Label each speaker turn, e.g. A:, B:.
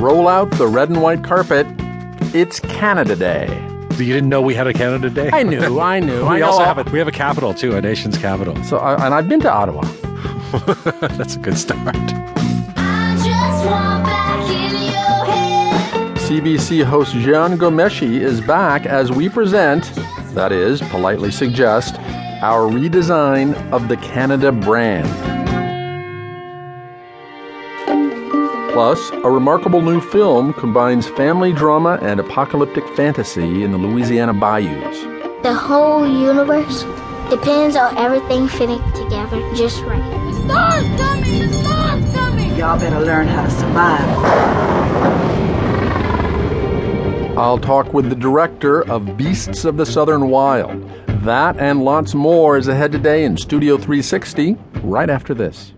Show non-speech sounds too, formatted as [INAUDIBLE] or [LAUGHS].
A: roll out the red and white carpet. It's Canada Day.
B: You didn't know we had a Canada Day?
A: I knew, I [LAUGHS] knew.
B: [LAUGHS] we
A: I know.
B: also have a, we have a capital too, a nation's capital.
A: So, I, and I've been to Ottawa.
B: That's a good start.
C: I just want back in your head.
A: CBC host Gian Gomeshi is back as we present, that is, politely suggest, our redesign of the Canada brand. Plus, a remarkable new film combines family drama and apocalyptic fantasy in the Louisiana bayous.
D: The whole universe depends on everything fitting together just right.
C: The storm's coming, the storm's coming.
E: Y'all better learn how to survive.
A: I'll talk with the director of Beasts of the Southern Wild. That and lots more is ahead today in Studio 360, right after this.